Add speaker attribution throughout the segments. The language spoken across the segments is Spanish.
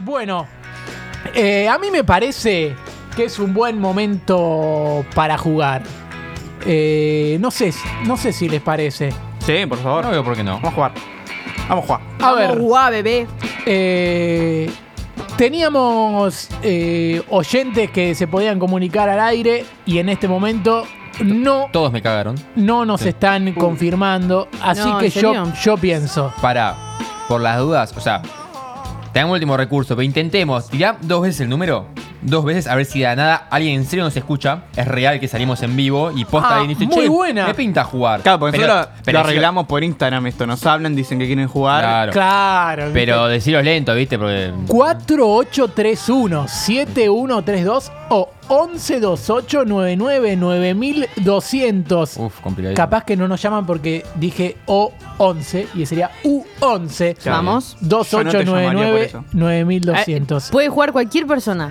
Speaker 1: Bueno, eh, a mí me parece que es un buen momento para jugar. Eh, no, sé, no sé si les parece.
Speaker 2: Sí, por favor.
Speaker 3: No veo por qué no.
Speaker 2: Vamos a jugar. Vamos a jugar.
Speaker 1: A ver,
Speaker 4: Guau, bebé.
Speaker 1: eh, teníamos eh, oyentes que se podían comunicar al aire y en este momento no,
Speaker 3: Todos me cagaron.
Speaker 1: no nos están confirmando. Así
Speaker 4: No,
Speaker 1: que
Speaker 4: ¿en
Speaker 1: yo,
Speaker 4: serio?
Speaker 1: yo pienso.
Speaker 3: Para, por las dudas, o sea, tenemos último recurso, pero intentemos. Tirá dos veces el número. Dos veces, a ver si de la nada alguien en serio nos escucha. Es real que salimos en vivo y posta
Speaker 1: Ah,
Speaker 3: alguien dice,
Speaker 1: muy
Speaker 3: "Che,
Speaker 1: buena".
Speaker 3: Me pinta jugar.
Speaker 2: Claro, porque
Speaker 3: Pero-
Speaker 2: nosotros lo-
Speaker 3: pero
Speaker 2: lo
Speaker 3: decir-
Speaker 2: arreglamos por Instagram esto. Nos hablan, dicen que quieren jugar.
Speaker 3: Claro.
Speaker 1: Claro.
Speaker 3: Pero deciros lento, ¿viste? Porque.
Speaker 1: 4831 7132 o 1128 9200
Speaker 3: Uf, complicado.
Speaker 1: Capaz que no nos llaman porque dije O11 y sería U11
Speaker 4: Vamos.
Speaker 2: Yo no
Speaker 1: 2899
Speaker 2: te
Speaker 1: 9200.
Speaker 4: Eh, Puede jugar cualquier persona.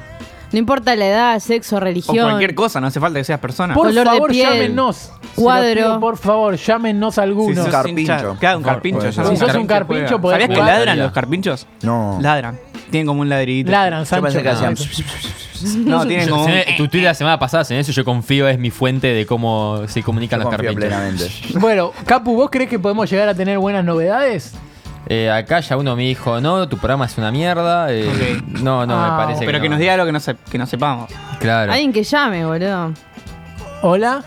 Speaker 4: No importa la edad, sexo,
Speaker 2: O
Speaker 4: religión.
Speaker 2: cualquier cosa, no hace falta que seas persona.
Speaker 1: Por
Speaker 4: color de
Speaker 1: favor,
Speaker 4: piel,
Speaker 1: llámenos. Se lo
Speaker 4: cuadro.
Speaker 1: pido, por favor, llámenos
Speaker 2: Si
Speaker 1: algunos.
Speaker 2: sos
Speaker 5: Carpincho.
Speaker 2: hincha- Claro, un
Speaker 3: Por favor,
Speaker 2: carpincho.
Speaker 3: podés
Speaker 2: ya
Speaker 3: ser.
Speaker 2: no
Speaker 3: Si sos
Speaker 1: un carpincho,
Speaker 2: juega.
Speaker 1: podés
Speaker 2: ¿Sabías que
Speaker 1: jugar.
Speaker 2: ladran los carpinchos?
Speaker 5: No.
Speaker 2: Ladran. Tienen como un ladrillito.
Speaker 1: Ladran,
Speaker 5: Yo
Speaker 1: Sancho.
Speaker 5: pensé que hacían.
Speaker 2: No, tienen
Speaker 3: Yo-
Speaker 2: como
Speaker 3: se
Speaker 2: un...
Speaker 3: me- tu tweet de la semana pasada, en eso yo confío, es mi fuente de cómo se comunican
Speaker 5: Yo
Speaker 3: los
Speaker 5: confío
Speaker 3: carpinchos.
Speaker 5: plenamente.
Speaker 1: Bueno, Capu, ¿vos crees que podemos llegar a tener buenas novedades?
Speaker 3: Eh, acá ya uno me dijo, no, tu programa es una mierda. eh,
Speaker 2: Ok.
Speaker 3: No, no,
Speaker 1: Ah,
Speaker 3: me parece
Speaker 2: Pero que
Speaker 3: no.
Speaker 2: nos diga algo que no, se- que no sepamos.
Speaker 3: Claro.
Speaker 4: Alguien que llame, boludo.
Speaker 1: Hola.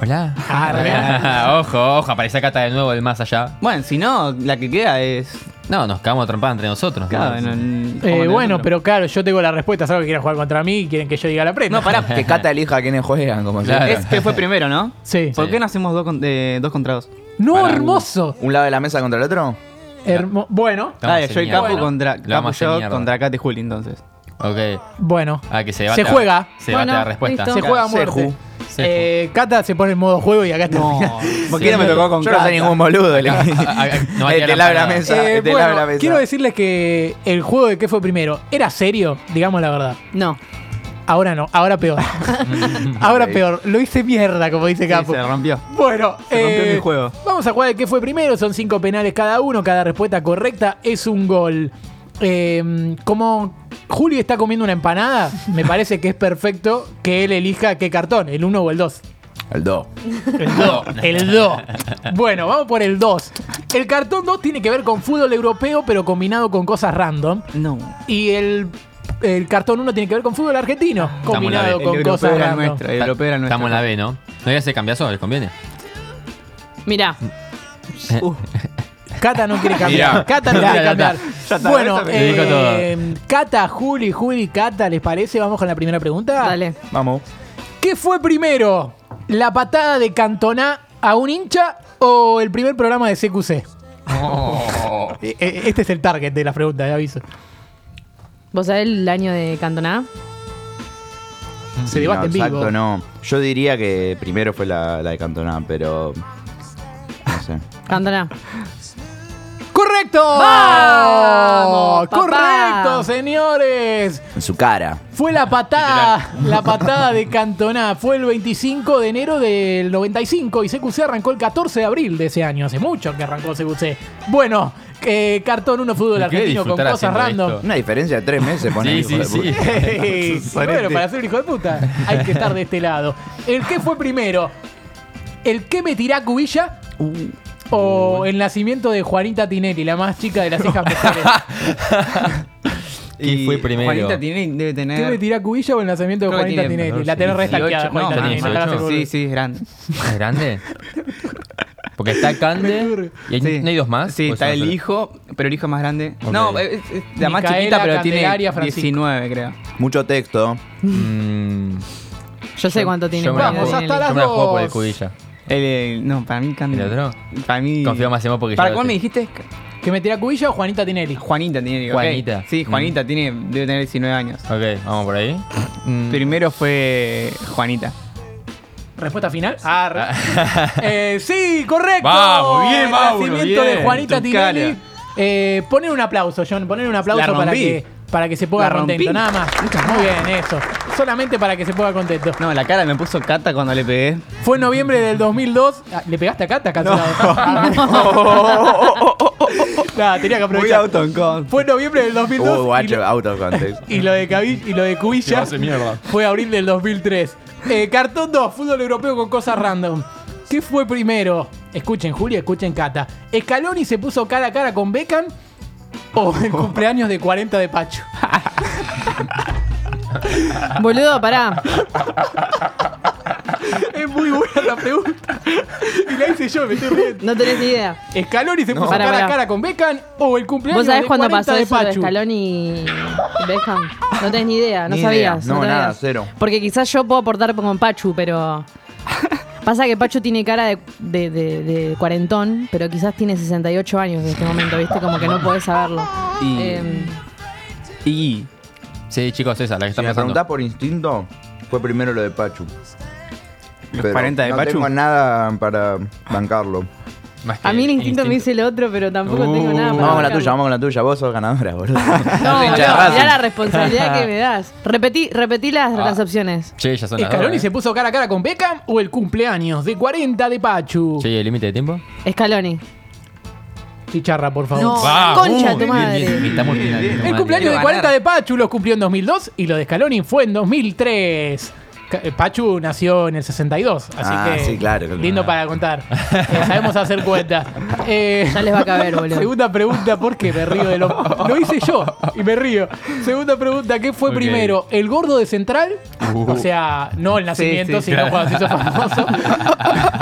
Speaker 3: Hola.
Speaker 4: Ah,
Speaker 1: Arre.
Speaker 3: ojo, ojo, aparece acá está de nuevo el más allá.
Speaker 2: Bueno, si no, la que queda es...
Speaker 3: No, nos cagamos trompadas entre nosotros.
Speaker 2: Claro,
Speaker 3: ¿no?
Speaker 2: en- en-
Speaker 1: Eh,
Speaker 2: como en
Speaker 1: bueno,
Speaker 2: otro.
Speaker 1: pero claro, yo tengo la respuesta. ¿Sabes que quieren jugar contra mí y quieren que yo diga la prenda?
Speaker 2: No, pará.
Speaker 5: Que Cata elija quiénes juegan, como
Speaker 3: Claro.
Speaker 5: se
Speaker 2: Es que fue primero, ¿no?
Speaker 1: Sí.
Speaker 2: ¿Por
Speaker 3: Sí.
Speaker 2: qué no hacemos dos, con- eh, dos contra dos?
Speaker 1: No,
Speaker 3: Pará.
Speaker 1: hermoso.
Speaker 5: ¿Un lado de la mesa contra el otro?
Speaker 1: Hermo- bueno,
Speaker 3: Vamos a
Speaker 2: Dale,
Speaker 3: hacer
Speaker 2: yo y
Speaker 3: mierda.
Speaker 2: Capu
Speaker 3: Bueno.
Speaker 2: contra
Speaker 3: Lo
Speaker 2: Capu
Speaker 3: vamos a hacer
Speaker 2: yo
Speaker 3: mierda.
Speaker 2: contra Kat y Juli, entonces.
Speaker 3: Ok.
Speaker 1: bueno.
Speaker 3: Ah, que se debate.
Speaker 1: Se juega.
Speaker 3: Se debate
Speaker 4: Bueno,
Speaker 3: la respuesta.
Speaker 4: listo.
Speaker 1: Se juega a muerte.
Speaker 5: Seju.
Speaker 3: Seju.
Speaker 1: Eh, Cata se pone en modo juego y acá está.
Speaker 2: ¿Por qué no me tocó con
Speaker 5: Yo no soy
Speaker 2: Cata?
Speaker 5: ningún boludo. El
Speaker 3: ah, ah, no va a
Speaker 5: el
Speaker 3: tirar la
Speaker 5: del lado de la
Speaker 3: parada.
Speaker 5: mesa.
Speaker 1: Eh,
Speaker 5: el del
Speaker 1: bueno,
Speaker 5: lado de la mesa.
Speaker 1: quiero decirles que el juego de qué fue primero era serio, digamos la verdad.
Speaker 4: No.
Speaker 1: Ahora no, ahora peor. ahora
Speaker 5: Ok.
Speaker 1: peor. Lo hice mierda, como dice
Speaker 2: Sí,
Speaker 1: Capo.
Speaker 2: se rompió.
Speaker 1: Bueno, eh,
Speaker 2: Se rompió mi juego.
Speaker 1: vamos a jugar el que fue primero. Son cinco penales cada uno. Cada respuesta correcta es un gol. Eh, como Julio está comiendo una empanada, me parece que es perfecto que él elija qué cartón, el uno o el dos.
Speaker 5: El 2.
Speaker 1: El 2. El 2. Bueno, vamos por el 2. El cartón 2 tiene que ver con fútbol europeo, pero combinado con cosas random.
Speaker 2: No.
Speaker 1: Y el, el cartón 1 tiene que ver con fútbol argentino,
Speaker 3: en la
Speaker 1: combinado
Speaker 3: B.
Speaker 2: El
Speaker 1: con
Speaker 2: europeo
Speaker 1: cosas
Speaker 2: era
Speaker 1: random.
Speaker 2: nuestro. El europeo era nuestro.
Speaker 3: Estamos en la B, ¿no? No ya se cambiazo, les conviene.
Speaker 4: Mirá.
Speaker 2: Uh,
Speaker 1: Cata no quiere cambiar.
Speaker 3: Mirá.
Speaker 1: Cata no
Speaker 3: Mirá,
Speaker 1: quiere
Speaker 3: ya
Speaker 1: cambiar.
Speaker 2: Ya está,
Speaker 1: bueno,
Speaker 2: eso
Speaker 3: me dijo
Speaker 1: eh, Cata, Juli, Juli, Cata, ¿les parece? Vamos con la primera pregunta.
Speaker 4: Dale.
Speaker 5: Vamos.
Speaker 1: ¿Qué fue primero? ¿La patada de Cantona a un hincha o el primer programa de CQC? Eh, eh, Este es el target de las preguntas, de aviso.
Speaker 4: ¿Vos sabés el año de Cantona?
Speaker 1: Se debate en
Speaker 5: no,
Speaker 1: vivo.
Speaker 5: Exacto, no. Yo diría que primero fue la, la de Cantona, pero. No sé.
Speaker 4: Cantona.
Speaker 1: ¡Correcto!
Speaker 4: ¡Vamos, papá!
Speaker 1: ¡Correcto, señores!
Speaker 5: En su cara.
Speaker 1: Fue la patada, la patada de Cantona. Fue el 25 de enero del 95 y CQC arrancó el 14 de abril de ese año. Hace mucho que arrancó CQC. Bueno, eh, cartón 1 fútbol
Speaker 3: ¿Qué
Speaker 1: argentino con
Speaker 3: disfrutar
Speaker 1: cosas
Speaker 3: haciendo
Speaker 1: random.
Speaker 3: esto?
Speaker 5: Una diferencia de tres meses, pone
Speaker 3: Sí,
Speaker 5: hijo
Speaker 3: sí,
Speaker 5: de
Speaker 3: sí.
Speaker 5: puta.
Speaker 1: Hey,
Speaker 2: Sorete.
Speaker 1: bueno, para ser un hijo de puta hay que estar de este lado. ¿El qué fue primero? ¿El qué me tirá cubilla?
Speaker 2: Uh.
Speaker 1: ¿O el nacimiento de Juanita Tinelli, la más chica de las hijas mujeres?
Speaker 3: ¿Quién fue primero?
Speaker 2: Juanita tiene, debe tener...
Speaker 1: ¿Qué me tirá cubilla o el nacimiento de
Speaker 2: Creo que
Speaker 1: Juanita
Speaker 2: tiene
Speaker 1: Tinelli?
Speaker 3: 14,
Speaker 1: La tenés restalqueada,
Speaker 2: 18, no,
Speaker 1: Juanita
Speaker 2: más,
Speaker 1: Tinelli.
Speaker 3: más,
Speaker 1: dejala hacer
Speaker 3: más.
Speaker 2: Sí,
Speaker 1: boludo.
Speaker 2: sí, es grande.
Speaker 3: ¿Es grande? Porque está Cande y hay,
Speaker 2: Sí.
Speaker 3: ¿no hay dos más.
Speaker 2: Sí,
Speaker 3: ¿O es
Speaker 2: está
Speaker 3: una
Speaker 2: el
Speaker 3: sola?
Speaker 2: hijo, pero el hijo más grande.
Speaker 3: Ok.
Speaker 2: No, es, es la más
Speaker 1: Micaela,
Speaker 2: chiquita, pero
Speaker 1: Candelaria,
Speaker 2: tiene
Speaker 1: Francisco.
Speaker 2: 19, creo.
Speaker 5: Mucho texto.
Speaker 3: Mm,
Speaker 4: Yo sé cuánto tiene.
Speaker 3: yo me la
Speaker 4: Juan
Speaker 1: Vamos,
Speaker 3: juego-
Speaker 1: hasta
Speaker 4: Tinelli.
Speaker 1: las
Speaker 3: yo me la juego por el
Speaker 1: dos.
Speaker 3: cubilla.
Speaker 2: El, el- no, para mí Cande.
Speaker 3: ¿El otro?
Speaker 2: Para mí.
Speaker 3: Confío más en vos porque
Speaker 2: ¿Para
Speaker 3: yo-
Speaker 2: cuál me dijiste?
Speaker 1: ¿Que me tirá cubilla o Juanita Tinelli?
Speaker 2: Juanita tiene. ok.
Speaker 3: Juanita. Mm.
Speaker 2: Sí, Juanita tiene, debe tener 19 años.
Speaker 3: Ok, vamos por ahí. Mm,
Speaker 2: Primero fue Juanita.
Speaker 1: ¿Respuesta final? Ah, re- Eh, sí, correcto.
Speaker 3: Vamos, bien,
Speaker 1: El
Speaker 3: Mauro,
Speaker 1: nacimiento
Speaker 3: bien.
Speaker 1: de Juanita
Speaker 2: Trucala.
Speaker 1: Tinelli. Eh, poner un aplauso, John. Poner un aplauso
Speaker 2: La
Speaker 1: para
Speaker 2: rompí.
Speaker 1: que, para que se ponga
Speaker 2: La rompí.
Speaker 1: contento. Nada más. Muy bien, eso. solamente para que se ponga contento.
Speaker 2: No, la cara me puso Cata cuando le pegué.
Speaker 1: Fue en noviembre del 2002. Ah, ¿Le pegaste a Cata, cancelado? Nah, tenía que
Speaker 2: Muy
Speaker 1: aprovechar.
Speaker 2: auto en con.
Speaker 1: Fue en noviembre del 2002
Speaker 5: Uh,
Speaker 1: y,
Speaker 5: guacho,
Speaker 1: lo,
Speaker 5: out of context.
Speaker 1: y lo de Cabi- y lo de Cubilla fue abril del 2003. Eh, cartón 2, fútbol europeo con cosas random. ¿Qué fue primero? Escuchen, Julia, escuchen, Cata. ¿Escaloni se puso cara a cara con Beckham o el cumpleaños de 40 de Pacho?
Speaker 4: Boludo, pará.
Speaker 1: Es muy buena la pregunta. Y la hice yo, me estoy riendo.
Speaker 4: No tenés ni idea.
Speaker 1: ¿Escaloni se puso
Speaker 4: Pará,
Speaker 1: cara a
Speaker 4: pará.
Speaker 1: cara con Beckham o el cumpleaños
Speaker 4: ¿Vos sabés
Speaker 1: de
Speaker 4: cuándo
Speaker 1: 40
Speaker 4: pasó
Speaker 1: de
Speaker 4: eso de
Speaker 1: Pachu?
Speaker 4: Escalón y Beckham? No tenés ni idea, no
Speaker 5: Ni idea.
Speaker 4: sabías.
Speaker 5: No,
Speaker 4: te
Speaker 5: nada,
Speaker 4: habías.
Speaker 5: cero.
Speaker 4: Porque quizás yo puedo aportar con Pachu, pero. Pasa que Pachu tiene cara de, de- de- de cuarentón, pero quizás tiene 68 años en este momento, ¿viste? Como que no podés saberlo.
Speaker 2: Y.
Speaker 4: Eh,
Speaker 2: y.
Speaker 3: Sí, chicos, esa, la que
Speaker 5: Si
Speaker 3: están
Speaker 5: me preguntás
Speaker 3: pasando.
Speaker 5: por instinto, fue primero lo de Pachu.
Speaker 2: Los
Speaker 5: Pero
Speaker 2: 40 de
Speaker 5: no
Speaker 2: Pachu.
Speaker 5: tengo nada para bancarlo.
Speaker 3: Más que
Speaker 4: a mí el instinto, me dice el otro, pero tampoco tengo nada para
Speaker 5: Vamos con la
Speaker 4: bancarlo.
Speaker 5: tuya, vamos con la tuya. Vos sos ganadora, boludo.
Speaker 4: No,
Speaker 3: Hincha de
Speaker 4: boludo,
Speaker 3: Racing.
Speaker 4: mirá la responsabilidad que me das. Repetí, repetí las, las opciones.
Speaker 3: Che, ya son las
Speaker 1: ¿Escaloni
Speaker 3: dos,
Speaker 1: se
Speaker 3: eh.
Speaker 1: puso cara a cara con Beckham o el cumpleaños de 40 de Pachu?
Speaker 3: Che, ¿el límite de tiempo?
Speaker 4: Escaloni.
Speaker 1: Chicharra, por favor.
Speaker 4: la concha
Speaker 3: Ah,
Speaker 4: tu
Speaker 3: uh, Bien,
Speaker 4: madre.
Speaker 3: bien, estamos bien, bien,
Speaker 1: El
Speaker 3: madre.
Speaker 1: cumpleaños de
Speaker 2: ganar.
Speaker 1: 40 de Pachu los cumplió en 2002 y lo de Scaloni fue en 2003. Ca- eh, Pachu nació en el 62, así
Speaker 5: Ah,
Speaker 1: que
Speaker 5: sí, claro, claro.
Speaker 1: lindo para contar. Eh, sabemos hacer cuentas. Eh,
Speaker 4: Ya les va a caber, boludo.
Speaker 1: Segunda pregunta, ¿por qué me río de lo... Lo hice yo y me río. Segunda pregunta, ¿qué fue
Speaker 3: Ok.
Speaker 1: primero? ¿El gordo de Central?
Speaker 3: Uh.
Speaker 1: O sea, no el nacimiento,
Speaker 2: sí,
Speaker 1: sino
Speaker 3: claro.
Speaker 1: cuando se hizo famoso.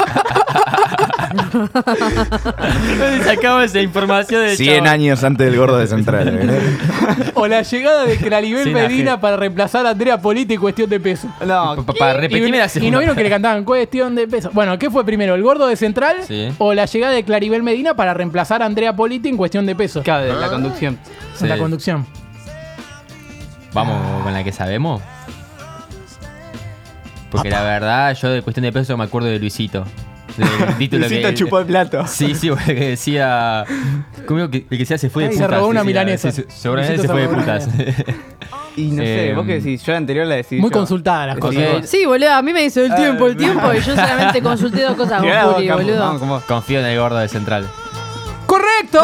Speaker 2: Sacamos esa información de
Speaker 5: 100 años antes del gordo de Central. ¿eh?
Speaker 1: O la llegada de Claribel
Speaker 2: Sí, la
Speaker 1: Medina
Speaker 2: gente.
Speaker 1: para reemplazar a Andrea Politi en cuestión de peso.
Speaker 2: No,
Speaker 3: Pa- Para
Speaker 1: y,
Speaker 3: repetirme la
Speaker 1: y
Speaker 3: segunda.
Speaker 1: no vieron que le cantaban cuestión de peso. Bueno, ¿qué fue primero? ¿El gordo de Central?
Speaker 3: Sí.
Speaker 1: ¿O la llegada de Claribel Medina para reemplazar a Andrea Politi en cuestión de peso?
Speaker 2: cabe de la conducción.
Speaker 1: En La
Speaker 3: Sí.
Speaker 1: conducción.
Speaker 3: Vamos con la que sabemos. Porque la verdad, yo de cuestión de peso me acuerdo de Luisito. Del título
Speaker 2: Luisito
Speaker 3: que-
Speaker 2: chupó el plato.
Speaker 3: Sí, sí, porque decía. ¿Cómo que, el que decía se fue de
Speaker 1: Ay,
Speaker 3: putas?
Speaker 1: se robó una
Speaker 3: decía,
Speaker 1: milanesa.
Speaker 3: sí, se- Seguramente
Speaker 1: Luisito
Speaker 3: se fue de
Speaker 1: se robó una
Speaker 3: putas.
Speaker 2: Y no sé,
Speaker 3: Eh,
Speaker 2: vos qué decís, yo la anterior la decidí.
Speaker 1: Muy
Speaker 2: yo.
Speaker 1: consultada las
Speaker 3: Con-
Speaker 1: cosas.
Speaker 4: Sí, boludo, a mí me dice el tiempo, el tiempo, y yo solamente consulté dos cosas
Speaker 2: Tirá
Speaker 4: con Juli,
Speaker 2: la boca,
Speaker 4: boludo.
Speaker 2: vamos con vos.
Speaker 3: Confío en el gordo de central.
Speaker 1: ¡Correcto!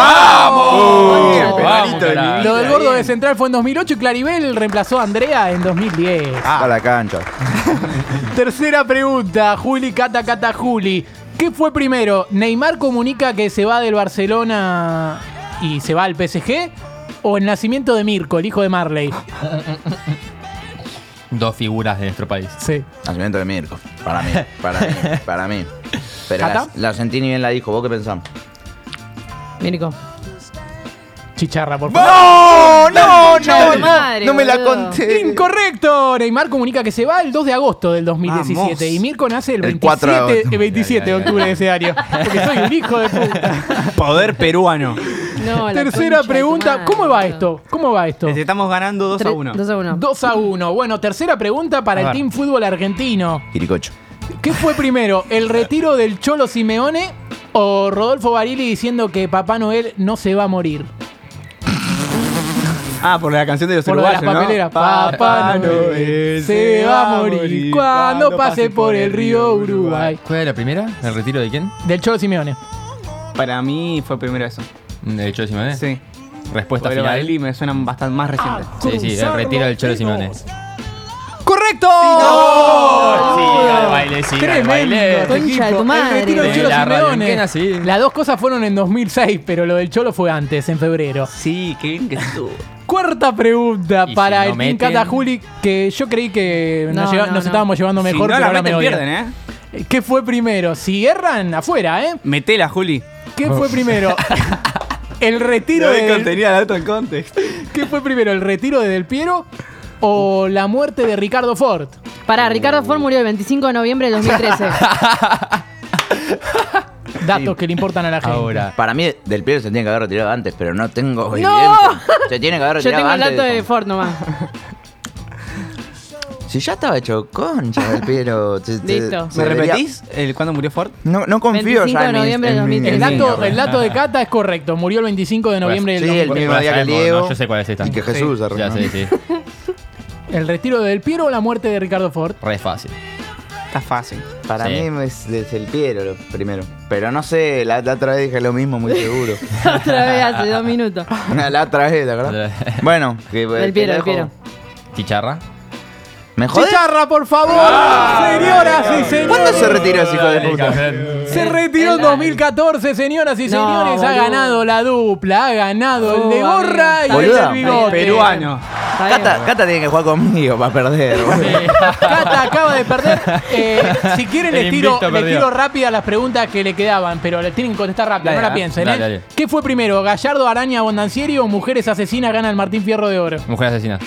Speaker 5: el penalito de
Speaker 3: carajo.
Speaker 5: mi
Speaker 1: Lo
Speaker 5: vida,
Speaker 1: del gordo Oh, de Central fue en 2008 y Claribel reemplazó a Andrea en 2010.
Speaker 5: A la cancha.
Speaker 1: Tercera pregunta, Juli, Cata, Cata, Juli. ¿Qué fue primero? ¿Neymar comunica que se va del Barcelona y se va al PSG? ¿O el nacimiento de Mirko, el hijo de Marley?
Speaker 3: Dos figuras de nuestro país.
Speaker 1: Sí.
Speaker 5: Nacimiento de Mirko. Para mí, para mí, para mí. Pero
Speaker 1: ¿Cata?
Speaker 5: la, la Sentini bien la dijo. ¿Vos qué pensás?
Speaker 4: Mirko.
Speaker 1: Chicharra, por favor.
Speaker 5: ¡No! ¡No!
Speaker 4: no, madre, no me la boludo. conté.
Speaker 1: Incorrecto. Neymar comunica que se va el 2 de agosto del 2017
Speaker 2: Vamos.
Speaker 1: y Mirko nace el
Speaker 5: El 4 de
Speaker 1: 27,
Speaker 5: agosto.
Speaker 1: el 27 de
Speaker 3: Ya, ya, ya.
Speaker 1: octubre de ese año. Porque soy un hijo de puta.
Speaker 2: Poder peruano.
Speaker 4: No, la
Speaker 1: Tercera
Speaker 4: concha de tu
Speaker 1: pregunta,
Speaker 4: madre,
Speaker 1: ¿cómo va
Speaker 4: boludo.
Speaker 1: esto? ¿Cómo va esto?
Speaker 2: Les estamos ganando 2 a
Speaker 4: Tres-
Speaker 2: 1.
Speaker 4: Dos a uno.
Speaker 1: 2 a 1. Bueno, tercera pregunta para
Speaker 2: A
Speaker 1: el
Speaker 2: ver.
Speaker 1: Team Fútbol Argentino.
Speaker 5: Quiricocho.
Speaker 1: ¿Qué fue primero, el retiro del Cholo Simeone o Rodolfo Barili diciendo que Papá Noel no se va a morir?
Speaker 2: Ah, por la canción de los
Speaker 1: Por lo de
Speaker 2: uruguayos,
Speaker 1: las papeleras.
Speaker 2: ¿no?
Speaker 1: Papá Noel se va a morir cuando pase por el río Uruguay.
Speaker 3: ¿Cuál era la primera? ¿El retiro de quién?
Speaker 1: Del Cholo Simeone.
Speaker 2: Para mí fue primero eso.
Speaker 3: De hecho, Simeone.
Speaker 2: Sí.
Speaker 3: Respuesta
Speaker 2: Pero
Speaker 3: final.
Speaker 2: Bailey me suenan bastante más recientes.
Speaker 3: Sí, sí, el retiro del Cholo Simeone.
Speaker 1: ¡Correcto!
Speaker 3: Sí, al baile, sí, al
Speaker 1: Tremendo,
Speaker 3: baile.
Speaker 1: este
Speaker 4: Concha de
Speaker 1: equipo.
Speaker 4: tu madre.
Speaker 1: El retiro del
Speaker 4: De
Speaker 1: Cholo
Speaker 3: la
Speaker 1: Simeone.
Speaker 3: Radenquena, sí.
Speaker 1: Las dos cosas fueron en 2006, pero lo del Cholo fue antes, en febrero.
Speaker 2: Sí, qué bien que estuvo.
Speaker 1: Cuarta pregunta
Speaker 3: Y si
Speaker 1: para
Speaker 3: no
Speaker 1: el Team
Speaker 3: meten-
Speaker 1: Cata Juli, que yo creí que nos,
Speaker 4: No,
Speaker 1: lleva-
Speaker 4: no,
Speaker 1: nos
Speaker 4: no.
Speaker 1: estábamos llevando mejor,
Speaker 2: si no
Speaker 1: pero
Speaker 2: la
Speaker 1: ahora me
Speaker 2: meten,
Speaker 1: odian.
Speaker 2: pierden, ¿eh?
Speaker 1: ¿Qué fue primero? Si erran, afuera, ¿eh?
Speaker 2: Metela, Juli.
Speaker 1: ¿Qué
Speaker 2: Oh.
Speaker 1: fue primero? ¿El retiro de del,
Speaker 2: contenido dato en context.
Speaker 1: ¿Qué fue primero? ¿El retiro de Del Piero o la muerte de Ricardo Ford?
Speaker 4: Pará, Ricardo Ford murió el 25 de noviembre del 2013.
Speaker 1: Datos que le importan a la gente.
Speaker 3: Ahora.
Speaker 5: Para mí, Del Piero se tiene que haber retirado antes, pero no tengo evidencia. Se tiene que haber
Speaker 4: Yo
Speaker 5: retirado
Speaker 4: tengo el
Speaker 5: antes.
Speaker 4: dato de Ford nomás.
Speaker 5: Si ya estaba hecho concha, Del Piero. se- se-
Speaker 4: Listo.
Speaker 5: se
Speaker 2: ¿Me
Speaker 5: debería-
Speaker 2: repetís el cuándo murió Ford?
Speaker 5: No, no confío
Speaker 4: 25
Speaker 5: ya
Speaker 4: de
Speaker 5: en mi-
Speaker 4: noviembre de
Speaker 5: en mi-
Speaker 4: 2013.
Speaker 1: El
Speaker 5: en mi-
Speaker 1: dato, el dato de Cata es correcto. Murió el 25 de noviembre
Speaker 5: Sí,
Speaker 1: del
Speaker 5: el mismo
Speaker 3: Bueno,
Speaker 5: día que
Speaker 3: sabemos,
Speaker 5: Diego.
Speaker 3: no, yo sé cuál es esta.
Speaker 5: Y que Jesús se
Speaker 3: Ya
Speaker 5: reunió.
Speaker 3: sé, sí.
Speaker 1: ¿El retiro de Del Piero o la muerte de Ricardo Ford?
Speaker 3: Re fácil.
Speaker 2: Está fácil.
Speaker 5: Para
Speaker 3: Sí.
Speaker 5: mí es, es el Piero lo primero. Pero no sé, la, la otra vez dije lo mismo, muy seguro.
Speaker 4: Otra vez hace dos minutos.
Speaker 5: la otra vez, ¿te acordás? Bueno, que,
Speaker 4: Del
Speaker 5: te
Speaker 4: Piero, del
Speaker 5: dejo.
Speaker 4: Piero.
Speaker 3: Chicharra.
Speaker 5: ¿Me jodés?
Speaker 1: ¡Chicharra, por favor! señoras y señores.
Speaker 5: ¿Cuándo se retiró ese hijo de puta?
Speaker 3: puta?
Speaker 1: Se retiró en 2014, señoras y
Speaker 4: No,
Speaker 1: señores. Ha
Speaker 4: boludo.
Speaker 1: ganado la dupla, ha ganado el de
Speaker 4: Oh,
Speaker 1: gorra y
Speaker 4: amigo.
Speaker 1: el
Speaker 5: Boluda.
Speaker 1: del bigote.
Speaker 2: Peruano.
Speaker 4: Está bien.
Speaker 5: Cata, Cata tiene que jugar conmigo para perder. boludo.
Speaker 1: Eh, Cata acaba de perder. Eh, si quieren,
Speaker 3: El
Speaker 1: les tiro,
Speaker 3: invicto
Speaker 1: les
Speaker 3: perdió.
Speaker 1: tiro rápida las preguntas que le quedaban, pero les tienen que contestar rápido,
Speaker 2: Dale,
Speaker 1: no la
Speaker 2: dale.
Speaker 1: piensen.
Speaker 3: Dale,
Speaker 1: ¿eh?
Speaker 3: dale.
Speaker 1: ¿Qué fue primero, Gallardo, Araña, Bondancieri o Mujeres Asesinas gana el Martín Fierro de Oro?
Speaker 3: Mujer asesina.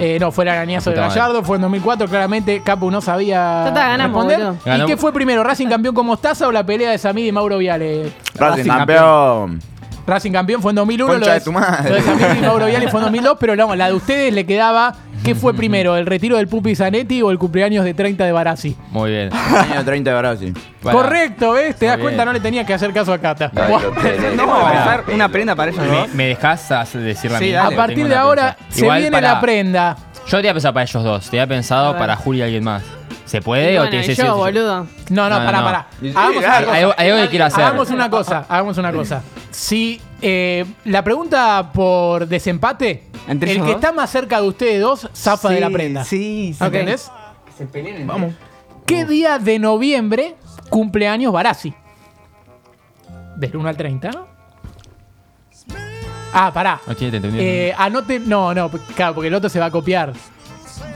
Speaker 1: Eh, no, fue el arañazo de
Speaker 3: Puta madre.
Speaker 1: Gallardo, fue en 2004, claramente Capu no sabía
Speaker 4: Ya está, ganamos,
Speaker 1: responder.
Speaker 4: boludo.
Speaker 1: ¿Y
Speaker 3: Ganamos.
Speaker 1: qué fue primero, Racing campeón con Mostaza o la pelea de Samid y Mauro Viale?
Speaker 5: Racing campeón.
Speaker 1: Racing campeón fue en 2001.
Speaker 5: Concha
Speaker 1: lo
Speaker 5: de tu madre.
Speaker 1: lo de Samir y Mauro Viale fue en 2002, pero no, la de ustedes le quedaba. ¿Qué fue primero, el retiro del Pupi Zanetti o el cumpleaños de 30 de Barassi?
Speaker 3: Muy bien.
Speaker 5: Año 30 de Brasil.
Speaker 3: Para-
Speaker 1: Correcto, ¿ves? Te
Speaker 3: Muy
Speaker 1: das
Speaker 3: bien.
Speaker 1: cuenta, no le tenía que hacer caso a Cata.
Speaker 5: Ay,
Speaker 1: Buah.
Speaker 5: lo tiene.
Speaker 2: No, vamos a dejar una prenda para ellos
Speaker 3: ¿Me,
Speaker 2: dos.
Speaker 3: me dejas as- decir la
Speaker 2: Sí,
Speaker 3: mía?
Speaker 2: dale,
Speaker 1: a partir de ahora se viene la
Speaker 3: prenda
Speaker 1: prenda.
Speaker 3: Yo te había pensado para ellos dos. Te había pensado para Julia y alguien más. ¿Se puede
Speaker 4: Y
Speaker 3: Eh, o
Speaker 4: bueno,
Speaker 3: tiene
Speaker 4: y yo, boludo.
Speaker 1: No, no,
Speaker 3: No,
Speaker 1: pará,
Speaker 3: no.
Speaker 1: pará.
Speaker 5: Sí,
Speaker 1: Hagamos una
Speaker 5: dale.
Speaker 1: cosa.
Speaker 3: Hay algo- hay algo que quiero hacer.
Speaker 1: Hagamos una cosa, hagamos una cosa. Si eh, la pregunta por desempate,
Speaker 2: ¿Entre
Speaker 1: el
Speaker 2: ellos
Speaker 1: que
Speaker 2: dos?
Speaker 1: está más cerca de ustedes dos, zafa de la prenda.
Speaker 2: Sí, sí.
Speaker 1: ¿Entendés?
Speaker 2: Se peleen Vamos.
Speaker 1: ¿Qué día de noviembre cumpleaños Barassi? Del 1 al 30. Ah, pará.
Speaker 3: No tiene, te entendí.
Speaker 1: Eh, anote. No, no, claro, porque el otro se va a copiar.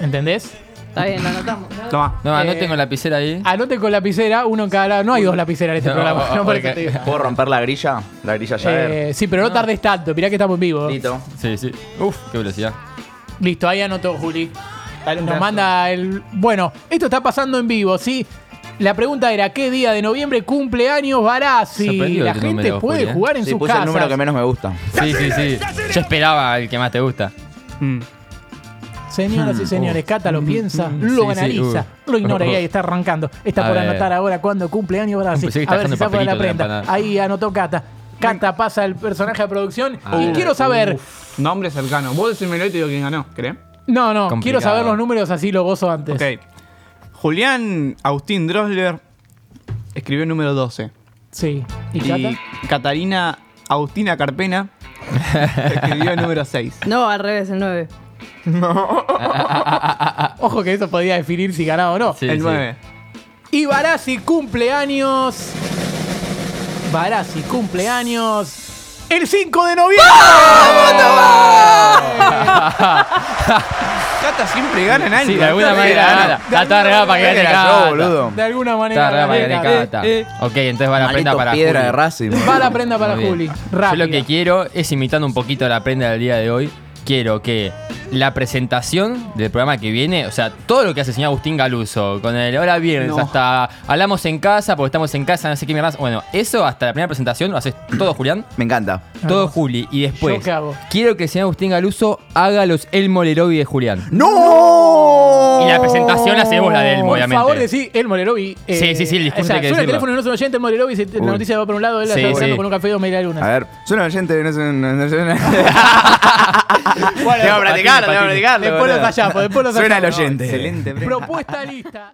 Speaker 1: ¿Entendés?
Speaker 4: Está bien, lo anotamos.
Speaker 2: Toma.
Speaker 3: no, no
Speaker 1: eh,
Speaker 3: tengo lapicera ahí.
Speaker 1: Anote con lapicera, uno en cada lado. No hay dos lapiceras en este
Speaker 3: No,
Speaker 1: programa. No, por eso
Speaker 3: ok.
Speaker 1: te digo.
Speaker 5: ¿Puedo romper la grilla? La grilla ya era.
Speaker 1: Eh, sí, pero no tardes tanto. Mirá que estamos en vivo.
Speaker 5: Ah. Listo.
Speaker 3: Sí, sí. Uf, qué velocidad.
Speaker 1: Listo, ahí anotó Juli. Nos
Speaker 2: brazo.
Speaker 1: manda el. Bueno, esto está pasando en vivo, ¿sí? La pregunta era: ¿qué día de noviembre cumpleaños Barassi?
Speaker 3: Sorprendido
Speaker 1: La
Speaker 3: de
Speaker 1: gente
Speaker 3: tu número,
Speaker 1: puede
Speaker 3: Juli, ¿eh?
Speaker 1: jugar en
Speaker 5: Sí,
Speaker 1: sus
Speaker 5: puse
Speaker 1: casas.
Speaker 5: el número que menos me gusta.
Speaker 3: Sí, sí, sí. Yo esperaba el que más te gusta.
Speaker 2: Mm.
Speaker 1: Señoras y señores, Cata lo piensa,
Speaker 3: Mm, sí,
Speaker 1: lo analiza,
Speaker 3: uh.
Speaker 1: lo ignora y ahí está arrancando. Está
Speaker 3: A
Speaker 1: por
Speaker 3: ver.
Speaker 1: anotar ahora cuando cumple año Brasil.
Speaker 3: Pensé que
Speaker 1: A ver
Speaker 3: está
Speaker 1: si
Speaker 3: dejando
Speaker 1: saca de la
Speaker 3: papelito en la
Speaker 1: prenda.
Speaker 3: empanada. Mm.
Speaker 1: Ahí anotó Cata. Cata pasa el personaje de producción y
Speaker 3: Ah,
Speaker 1: quiero saber.
Speaker 2: Uf, Nombre cercano. Vos decímelo y te digo quién ganó, ¿crees?
Speaker 1: No, no,
Speaker 3: Complicado.
Speaker 1: quiero saber los números así lo gozo antes.
Speaker 2: Ok. Julián Agustín Drosler escribió el número 12.
Speaker 1: Sí. ¿Y Cata?
Speaker 2: Y Catarina Agustina Carpena escribió el número 6.
Speaker 4: No, al revés, el 9.
Speaker 1: Ojo que eso podía definir si ganaba o no.
Speaker 3: Sí,
Speaker 2: el
Speaker 3: sí.
Speaker 2: 9.
Speaker 1: Y Barassi cumpleaños. Barassi cumpleaños. El 5 de noviembre.
Speaker 2: Cata siempre gana en algo.
Speaker 3: Sí, de alguna
Speaker 2: Cata
Speaker 3: manera
Speaker 2: gana.
Speaker 3: gana. Está está regada para que gane
Speaker 5: Era yo,
Speaker 3: Cata.
Speaker 5: boludo.
Speaker 1: De alguna manera.
Speaker 3: Está regada para que
Speaker 1: Gareca.
Speaker 3: gane Cata. Ok, entonces va la prenda
Speaker 5: Maldito
Speaker 3: para
Speaker 5: piedra
Speaker 3: Juli.
Speaker 5: de Racing.
Speaker 1: eh, Va la prenda Eh, para
Speaker 3: Muy bien.
Speaker 1: Juli.
Speaker 3: Yo
Speaker 1: Rápido.
Speaker 3: lo que quiero es imitando un poquito la prenda del día de hoy. Quiero que la presentación del programa que viene, o sea, todo lo que hace el señor Agustín Galuso, con el hola viernes,
Speaker 2: No.
Speaker 3: hasta hablamos en casa, porque estamos en casa, no sé qué mierda. Bueno, eso hasta la primera presentación lo haces todo, Julián.
Speaker 5: Me encanta.
Speaker 3: Todo Juli. Y después,
Speaker 1: ¿Yo qué hago?
Speaker 3: quiero que el señor Agustín Galuso haga los El Molerovi de Julián.
Speaker 5: ¡No!
Speaker 3: Y la presentación la hacemos la de Elmo,
Speaker 1: Por
Speaker 3: obviamente.
Speaker 1: favor, decí el Molerovi.
Speaker 3: Sí, sí, sí, el discurso
Speaker 1: o sea,
Speaker 3: hay que
Speaker 1: suena el
Speaker 3: decirlo.
Speaker 1: teléfono y no es un oyente, el Molerovi, se- la
Speaker 5: Uy.
Speaker 1: noticia va por un lado, él la
Speaker 3: Sí,
Speaker 1: está besando
Speaker 3: sí.
Speaker 1: con un café y dos media
Speaker 5: A
Speaker 1: lunas.
Speaker 5: ver, suena oyente, no es un. No es un- Tengo que
Speaker 3: Patín,
Speaker 5: practicarlo, tengo que
Speaker 3: patín.
Speaker 5: practicarlo,
Speaker 1: Después lo
Speaker 5: boludo.
Speaker 1: tallamos, después lo
Speaker 5: Suena el
Speaker 1: tallamos.
Speaker 5: oyente.
Speaker 2: Excelente. prenda.
Speaker 1: Propuesta lista.